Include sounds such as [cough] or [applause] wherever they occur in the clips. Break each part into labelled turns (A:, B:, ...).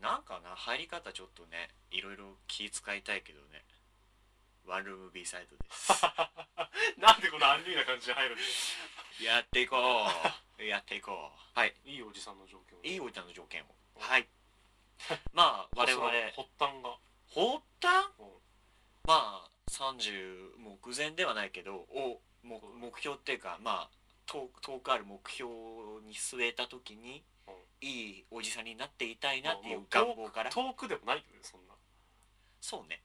A: なんかな入り方ちょっとねいろいろ気使いたいけどねワンルーム B サイドです
B: なんでこのアンリーな感じで入るんだよ
A: [laughs] やっていこう [laughs] やっていこうはい
B: いいおじさんの状況
A: いい
B: お
A: おじさんの条件をはい [laughs] まあ我々
B: 発端が
A: 発端
B: うん
A: まあ30目前ではないけどを目目標っていうかまあ遠遠くある目標に据えた時に
B: うん
A: いいおじさんになっていたいなっていう
B: もう
A: 願望から
B: 遠くでもないけどねそんな
A: そうね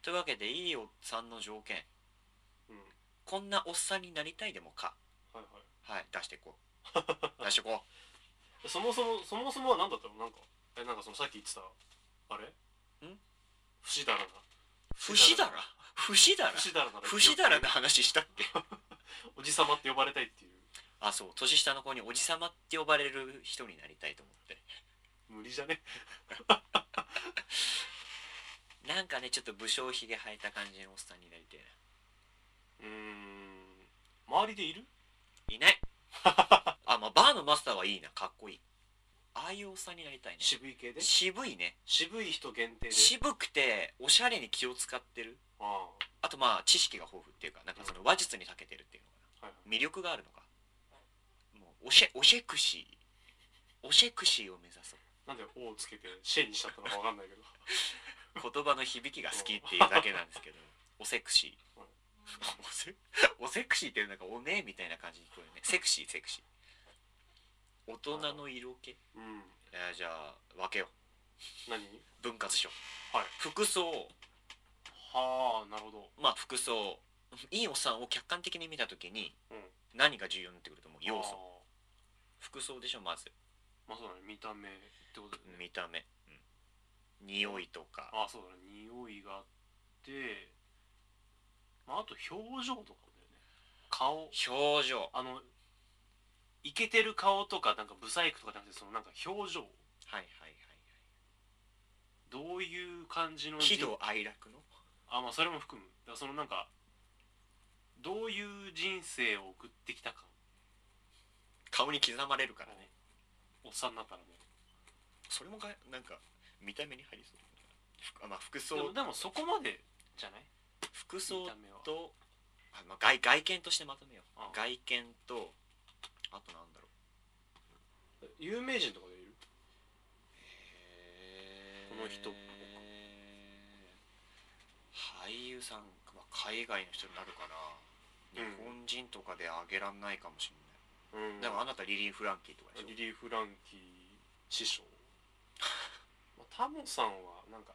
A: というわけでいいおっさんの条件
B: うんはい
A: こんなおっさんになりたいでもか
B: はい
A: はい出していこう出していこ
B: そもそもそもそもは何だったのなんかえなんかそのさっき言ってたあれ
A: ん
B: 不死だらな
A: う不死だら不死だら
B: 不死だらな
A: 不死だらの話したっけ
B: おじさまって呼ばれたいっていう
A: あそう年下の子におじさまって呼ばれる人になりたいと思って
B: 無理じゃね
A: なんかねちょっと武将ひげ生えた感じのおっさんになりて
B: うーん周りでいる
A: えないないあまあバーのマスターはいいなかっこいいああいうおっさんになりたいね
B: 渋い系で
A: 渋いね
B: 渋い人限定で
A: 渋くておしゃれに気を使ってる
B: あ
A: あとまあ知識が豊富っていうかなんかその話術に長けてるっていうのか
B: あはい
A: な魅力があるのかもうおしゃおしゃくしおしゃくしを目指そう
B: なんで「お」をつけて「シェ」にしちゃったのかわかんないけど
A: 言葉の響きが好きっていうだけなんですけどおセクシー
B: うん
A: おセおセクシーってなんかおねえみたいな感じに聞こえるねセクシーセクシー大人の色気
B: うん
A: えーじゃあ分けよ
B: 何
A: う分割しよう、
B: はい
A: 服装
B: はあなるほど
A: まあ服装いいおっさんを客観的に見た時に
B: うん
A: 何が重要になってくると思う要素
B: 素
A: 服装でしょまず
B: まあそうだね見た目ってことだよね
A: 見た目、うん、匂いとか
B: あそうだね匂いがあって、まあ、あと表情とかもだよね顔
A: 表情はい
B: あのイケてる顔とかなんかブサイクとかじゃなくてそのなんか表情
A: はいはい
B: どういう感じの
A: 喜怒哀楽の
B: あまあそれも含むだからそのなんかどういう人生を送ってきたか
A: 顔に刻まれるか
B: からら
A: ね
B: ねおっさんになったらね
A: それもがなんか見た目に入りそうふあまあ服
B: でも
A: 装
B: でもそこまでじゃない
A: 服
B: 見
A: 装
B: た目は
A: とあ、まあ、外外見としてまとめよう
B: あ
A: 外見とあとなんだろう
B: 有名人とかでいる
A: こ
B: この人
A: 俳優さん、まあ、海外の人になるかな、
B: うん
A: 日本人とかであげらんないかもしれ
B: うん
A: ない、でもあなたリリー・フランキーとかでしょ
B: リリー・フランキー
A: [laughs]
B: 師匠まあタモさんはなんか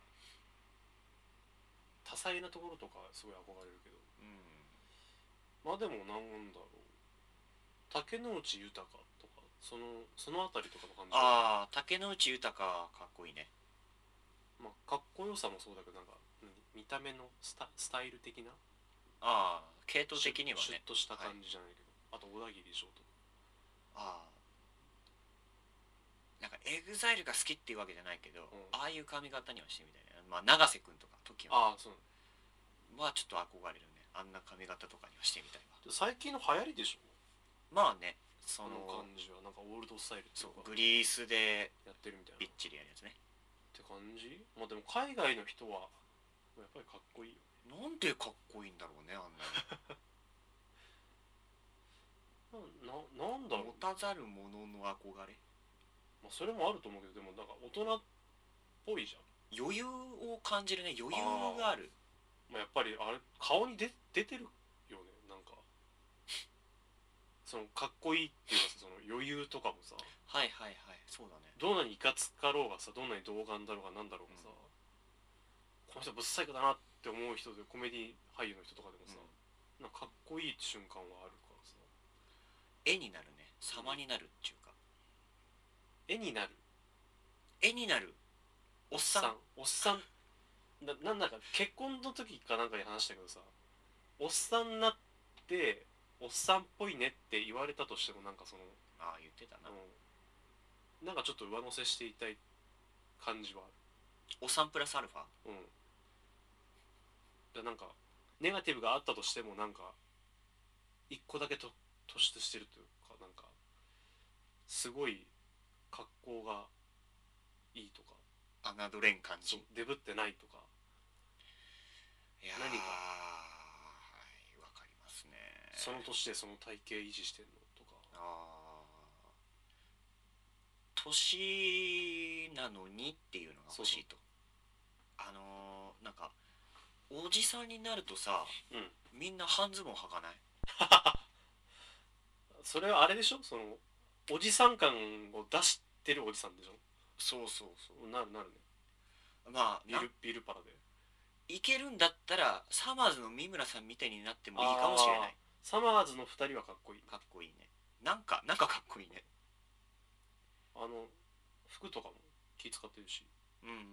B: 多彩なところとかすごい憧れるけど
A: う
B: まあでもなんだろう竹野内豊とかそのその辺りとかの感
A: ん、
B: じ
A: ああ竹野内豊かっこいいね
B: まあ、かっこよさもそうだけどなんかうん見た目のスタスタイル的な
A: ああ系統的には
B: シュッシュ
A: ね
B: ッとした感じじゃないけど、あと小田切翔とか
A: ああなんかエグザイルが好きっていうわけじゃないけど、ああいう髪型にはしてみたいな、まあ、永瀬君とか時は
B: ああそう
A: まあちょっと憧れるねあんな髪型とかにはしてみたいわ
B: で最近の流行りでしょ
A: まあねそ
B: あ
A: の
B: の感じはなんかオールドスタイルってい
A: そうう
B: か
A: グリースで
B: やってるみたいな
A: びっ
B: っ
A: ちりやるやつね
B: て感じまあでも海外の人はやっぱりかっこいいよ
A: なんでかっこいいんだろうねあんな
B: なななんだろう
A: の持、たざる者の憧れ
B: まあ、それもあると思うけどでもなんか大人っぽいじゃん、
A: 余裕を感じるね余裕がある
B: まあ、やっぱりあれ顔に出出てるよねなんか [laughs] そのかっこいいっていうかさその余裕とかもさ
A: はいはいはいそうだね
B: どんなにいかつかろうがさどんなに童顔だろうがなんだろうがさ、
A: うん
B: この人ぶっサイクだなって思う人でコメディ俳優の人とかでもさ、なんかかっこいい瞬間はあるからさ
A: 絵になるね様になるっていうか
B: 絵になる
A: 絵になるおっさん
B: おっさんななんだか結婚の時かなんかに話したけどさおっさんになっておっさんっぽいねって言われたとしてもなんかその、
A: ああ言ってたな、
B: うんなんかちょっと上乗せしていたい感じはある
A: おさんプラスアルファ
B: うん。だなんか、ネガティブがあったとしてもなんか一個だけと突出してるというかなんかすごい格好がいいとか
A: 侮れん感じ
B: そうデブってないとか
A: いやー
B: 何が
A: はいわかりますね
B: その年でその体型維持してんのとか
A: あー年なのにっていうのが欲しいとあのーなんかおじさんになるとさ、
B: うん
A: みんな半ズボン履かない
B: それはあれでしょそのおじさん感を出してるおじさんでしょ
A: そうそうそ
B: なるなるね
A: うまあ
B: ビ
A: な
B: ルビルパラで
A: いけるんだったらサマーズの三村さんみたいになってもいいかもしれない
B: サマーズの2人はかっこいい
A: かっこいいねなんかなんかかっこいいね
B: あの服とかも気使ってるし
A: うんうんうん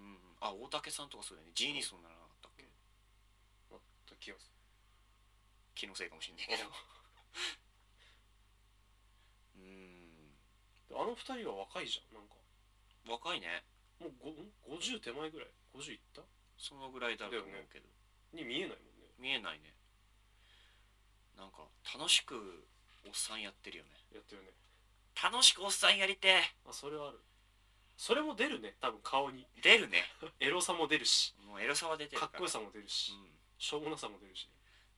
A: あ大竹さんとかそうだよねジーニーソンならなかったっけ
B: なった気がす
A: 気のせいかもしんないけ
B: る
A: どうん
B: であの2人は若いじゃんなんか
A: 若いね
B: もうごん50手前ぐらい50いった
A: そのぐらいだろうと思うけど、
B: に見えないもんね
A: 見えないねなんか楽しくおっさんやってるよね
B: やってるね
A: 楽しくおっさんやりて
B: あそれはあるそれも出るね多分顔に
A: え出るね
B: エロさも出るし
A: もうエロさは出てる
B: か
A: か
B: っ
A: ら
B: こよさも出るし、しょうもなさも出るし、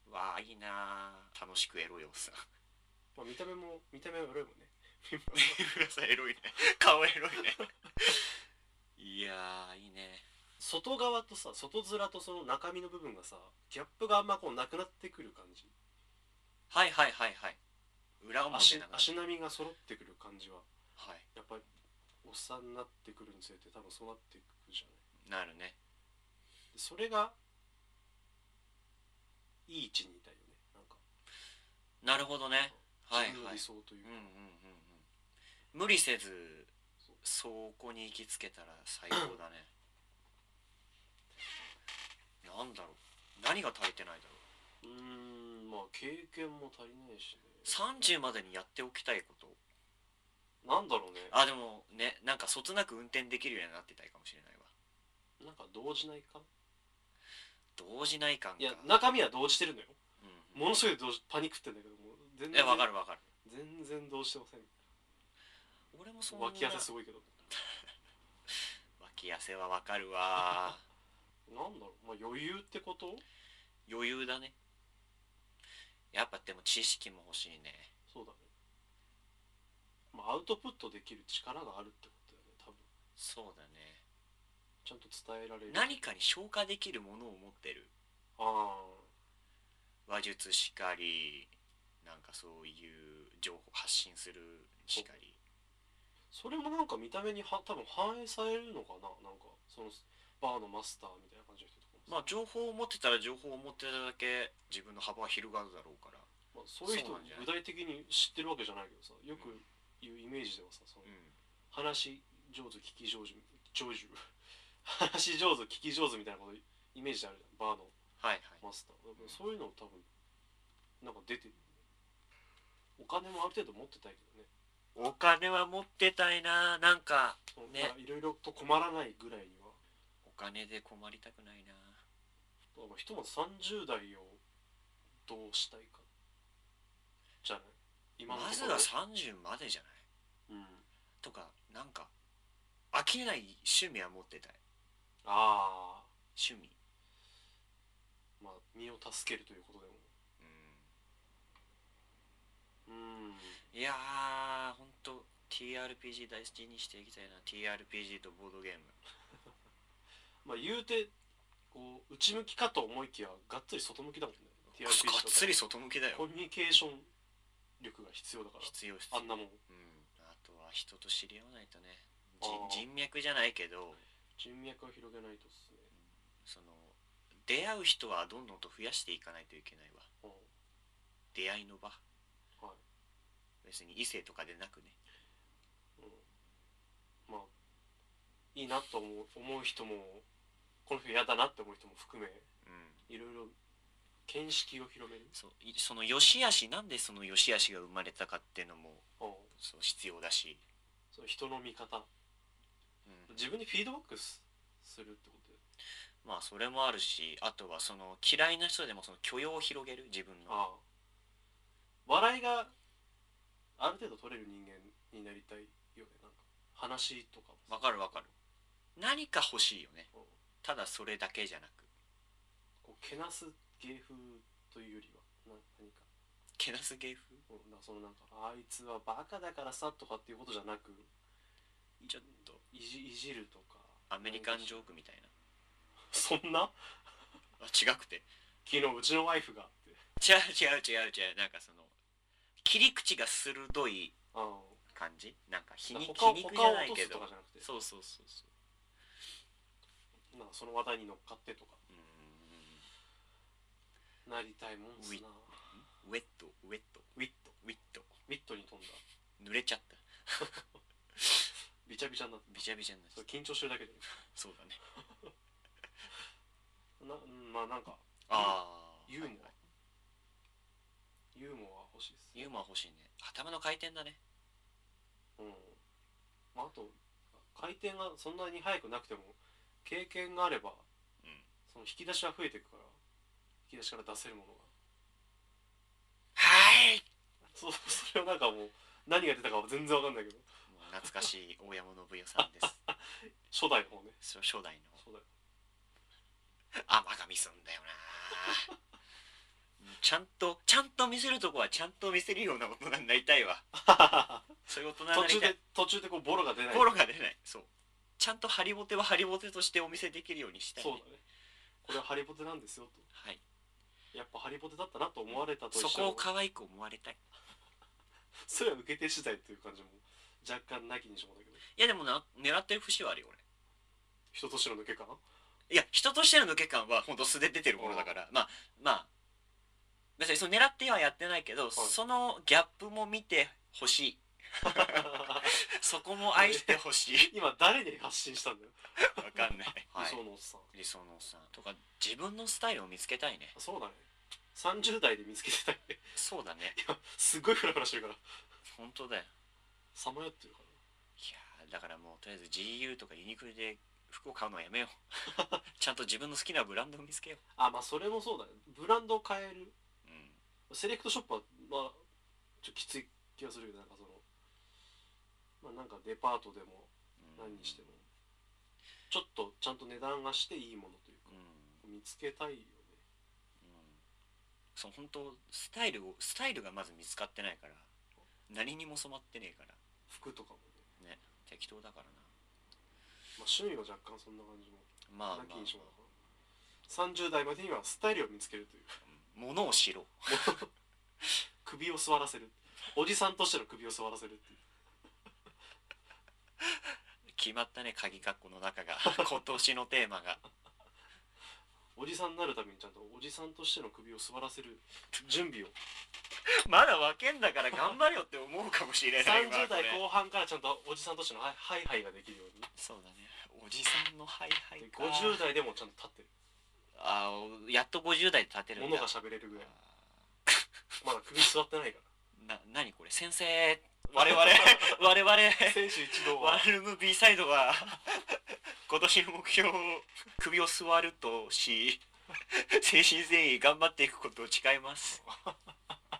A: うんわあいいなあ楽しくエロいおっさん [laughs]
B: まあ、見た目も見た目はエロいもんね
A: 三浦さんエロいね顔エロいねいやーいいね
B: 外側とさ外面とその中身の部分がさギャップがあんまこうなくなってくる感じ
A: はいはいはいはい裏表
B: 足
A: ながら
B: 足並みが揃ってくる感じは
A: はい
B: やっぱりおっさんになってくるにつれて多分そうなっていくじゃない
A: なるね
B: でそれがいい位置にいたいよねなんか
A: なるほどねはい
B: 自分
A: は
B: の
A: い
B: 理想という
A: う
B: か、
A: んうんうんうん無理せずそこに行きつけたら最高だねなんだろう何が足りてないだろう
B: うーんまあ経験も足りないしね
A: 30までにやっておきたいこと
B: なんだろうね
A: あでもねなんかそつなく運転できるようになってたいかもしれないわ
B: なんか動じないか
A: 動じない感が
B: いや中身は動じてるのよ
A: うん
B: ものすごい動じパニックってんだけどもう全
A: いや
B: 然
A: わかるわかる
B: 全然動じてません
A: 俺もそんな
B: 脇汗すごいけど
A: 脇汗はわかるわ
B: なんだろう、まあ、余裕ってこと
A: 余裕だねやっぱでも知識も欲しいね
B: そうだねまあアウトプットできる力があるってことだよね多分
A: そうだね
B: ちゃんと伝えられる
A: 何かに消化できるものを持ってる
B: あ
A: 話術しかりなんかそういう情報発信するしかり
B: ーそれもなんか見た目には多分反映されるのかななんかそのバーのマスターみたいな感じの人とか
A: ま
B: も
A: あ情報を持ってたら情報を持ってただけ自分の幅は広がるだろうから
B: まあ、そういう人
A: そう
B: を
A: なんじゃない
B: 具体的に知ってるわけじゃないけどさよく
A: うん
B: 言うイメージではさそ
A: う
B: の話上手聞き上手上手 [laughs] 話上手聞き上手みたいなことイメージあるじゃんバーの
A: んはいはい
B: マスターそういうの多分なんか出てるお金もある程度持ってたいけどね
A: お金は持ってたいななんか
B: その
A: ね
B: なんかいろいろと困らないぐらいには
A: お金で困りたくないな
B: だからひとまず30代をどうしたいかじゃない今のと
A: まず
B: ころ
A: は30までじゃない
B: うん、
A: とかなんか飽きない趣味は持ってたい
B: ああ
A: 趣味
B: まあ身を助けるということでも
A: うん
B: うん
A: いやー、ほんと、TRPG 大好きにしていきたいな、TRPG とボードゲーム。
B: まあ言うてこう内向きかと思いきやがっつり外向きだもんね
A: がっ
B: TRPG だ
A: つり外向きだ
B: コ
A: よ。
B: ミュニケーション力が必要だか
A: 必要必
B: ら
A: 要。
B: あんなもん
A: うん。あとは人と知り合わないとね、じ
B: あー
A: 人脈じゃないけど、
B: 人脈を広げないとっすね
A: その、出会う人はどんどんと増やしていかないといけないわ。
B: うん
A: 出会いの場。
B: はい
A: 別に異性とかでなくね。
B: うんまあいいなと思う思う人もこの人嫌だなって思う人も含め
A: うん。
B: いろいろ見識を広める
A: そう、いその良し悪し、なんでその良し悪しが生まれたかっていうのも、
B: うん
A: そう、必要だし。
B: その人の見方
A: うん。
B: 自分にフィードバックすするってことで
A: まあそれもあるしあとはその嫌いな人でもその許容を広げる自分の
B: ああ笑いがある程度取れる人間になりたいよねなんか話とかも
A: わかるわかる何か欲しいよね
B: うん
A: ただそれだけじゃなく
B: こうけなす芸風というよりはな何か,、
A: けなす芸風
B: うん、なそのなんかあいつはバカだからさとかっていうことじゃなく
A: ちょっと
B: いじいじるとか
A: アメリカンジョークみたいな
B: そんな
A: あ違くて
B: 昨日うちのワイフがって
A: 違う違う違う違うなんかその切り口が鋭い
B: ああ
A: 感じなんか皮肉
B: 他
A: 皮肉
B: を
A: じ
B: 他
A: ゃ
B: を
A: ない
B: 落と
A: け
B: すと
A: ど
B: かじゃなくて
A: そうそうそうそう
B: なんかその話題に乗っかってとか
A: う
B: なりたいもんす
A: うい
B: な
A: ーんウェットウェット
B: ウィット
A: ウィット
B: ウィットに飛んだ
A: 濡れちゃった
B: びちゃびちゃになって
A: びちゃびちゃになっ
B: そ
A: ちゃっ
B: れ緊張してるだけで
A: たそうだね
B: なうんまあなんか
A: ああ
B: ユーモア
A: はいはい
B: ユーモア欲しいです
A: ユーモア欲しいね頭の回転だね
B: うんまあ、あと回転がそんなに速くなくても経験があれば
A: うん
B: その引き出しは増えていくから引き出しから出せるものが
A: はい
B: そう [laughs] それはなんかもう何が出たかは全然わかんないけど
A: もう懐かしい大山信代さんです
B: 初代の方ね
A: [laughs] そう初代の
B: 初代
A: 甘がみすんだよなちゃんとちゃんと見せるとこはちゃんと見せるような大人になりたい
B: [laughs]
A: わそういう大人にな
B: 途
A: り
B: 中
A: た
B: で
A: い
B: 途中でこうボロが出ない
A: ボロが出ないそうちゃんとハリボテはハリボテとしてお見せできるようにしたい、
B: そう
A: ね
B: だねこれはハリボテなんですよ
A: はい、
B: とやっぱハリボテだったなと思われたと
A: そ
B: 一
A: こ
B: 緒
A: を可愛く思われたい
B: それは受け手次第っていう感じも若干なきにしもあらずだけど
A: いやでもな狙ってる節はあるよ俺
B: 人としての抜け感
A: いや人としての抜け感は本当素で出てるものだからまあまあ別にその狙ってはやってないけど、そのギャップも見てほしいそこも愛してほしい [laughs]
B: [laughs] 今誰に発信したんだよ、
A: わかんない、はい
B: 理想のおっさん
A: 理想のおっさんとか自分のスタイルを見つけたいね
B: そうだね30代で見つけてたいね
A: そうだね
B: すっごいフラフラしてるから
A: 本当だよ
B: さまよってるか
A: いやーだからもうとりあえず GU とかユニクロで服を買うのはやめよ [laughs] うちゃんと自分の好きなブランドを見つけよ
B: らあまあそれもそうだねブランドを変える
A: う、うん、
B: セレクトショップはまあちょっときつい気がするけどなんかそのまあなんかデパートでも何にしてもちょっとちゃんと値段がしていいものという
A: うん、うん
B: か見つけたいよね
A: その本当スタイルをスタイルがまず見つかってないから何にも染まってねえから
B: 服とかもね、
A: 適当だからな
B: まあ、趣味は若干そんな感じも
A: まあま
B: な
A: あ
B: きにしもあらず30代までにはスタイルを見つけるという
A: うん物を知ろう
B: 首を座らせるおじさんとしての首を座らせるっていう
A: 決まったね鍵括弧の中が [laughs] 今年のテーマが
B: おじさんになるためにちゃんとおじさんとしての首を座らせる準備を
A: まだ分けんだから頑張れよって思うかもしれないわ
B: 30代
A: これ
B: 後半からちゃんとおじさんとしてのハイハイハイができるように
A: そうだねおじさんのハイハイ
B: で
A: か
B: 50代でもちゃんと立って
A: あーやっと50代で立てる
B: るも
A: ん
B: の
A: だ
B: が喋れるぐらい
A: あ
B: まだ首座ってないか
A: ーな何これ先生我
B: [laughs]
A: 々我々
B: ら選手一同
A: ワ
B: は
A: ンルーム B サイドは [laughs] 今年の目標を首を座るとし誠心誠意頑張っていくことを誓います [laughs]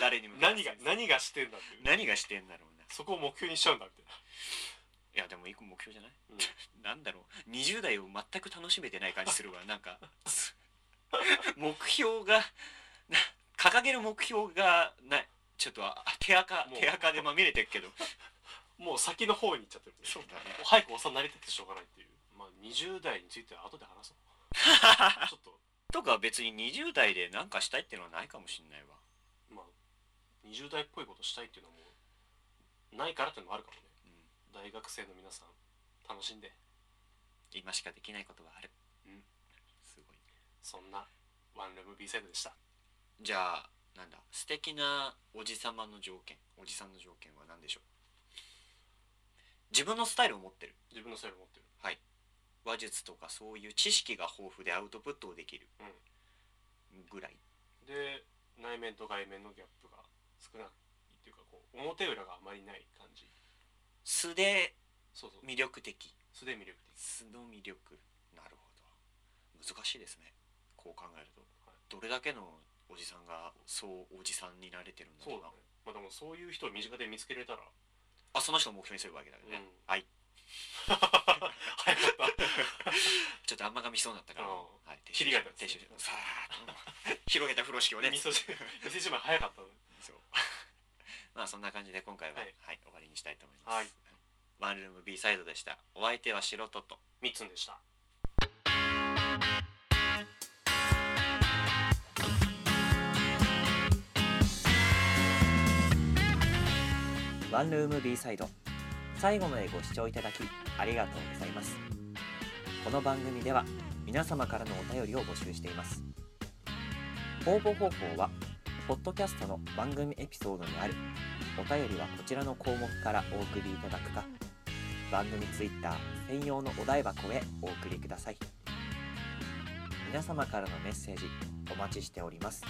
A: 誰にも
B: 何が何がしてんだっていう
A: 何がしてんだろうな
B: そこを目標にしちゃうんだみたい
A: いやでも一個目標じゃない、
B: うん
A: [laughs] なんだろう20代を全く楽しめてない感じするわなん [laughs] かつ目標がな掲げる目標がないちょっとあ手垢
B: もう
A: 手垢でまみれてるけど
B: なもう先の方に行っちゃってる
A: [laughs] そうだね
B: もう早くおっさんになりたくてしょうがないっていうまあ20代については後で
A: [laughs]
B: 話そうちょっと
A: とか別に20代で何かしたいっていうのはないかもしんないわ
B: まあ20代っぽいことしたいっていうのはもうないからっていうのもあるかもね
A: うん
B: 大学生の皆さん楽しんで
A: 今しかできないことがある、
B: うん
A: すごい
B: そんなワンルーム B サイドでした
A: じゃあなんだ素敵なおじさまの条件おじさんの条件は何でしょう自分のスタイルを持ってる
B: 自分のスタイル持ってる
A: 話術とかそういう知識が豊富でアウトプットをできるぐらい、
B: で内面と外面のギャップが少ないっていうかこう表裏があまりない感じ
A: 素で
B: そうそう
A: 魅力的
B: 素で魅力的
A: 素の魅力なるほど難しいですねこう考えると、
B: はい
A: どれだけのおじさんがそうおじさんになれてるんだ
B: そう
A: ろう
B: だ
A: な
B: ねまあでもそういう人を身近で見つけれたら
A: あその人を目標にすればいいわけだけどね、
B: うん
A: はい
B: 早か [laughs] った
A: ちょっとあんまが見そうになったから、
B: うん
A: はい、手
B: 切り替えたん
A: 手
B: ですね
A: 順さーっと広げた風呂敷をね
B: 店 [laughs] じまい早かったね
A: [laughs] そうまあそんな感じで今回は、は
B: はいい
A: 終わりにしたいと思います、
B: はい
A: ワンルーム B サイドでしたお相手は素人と
B: 三つんでした
A: ワンルーム B サイド最後までご視聴いただきありがとうございますこの番組では皆様からのお便りを募集しています応募方法はポッドキャストの番組エピソードにあるお便りはこちらの項目からお送りいただくか番組ツイッター専用のお台箱へお送りください皆様からのメッセージお待ちしております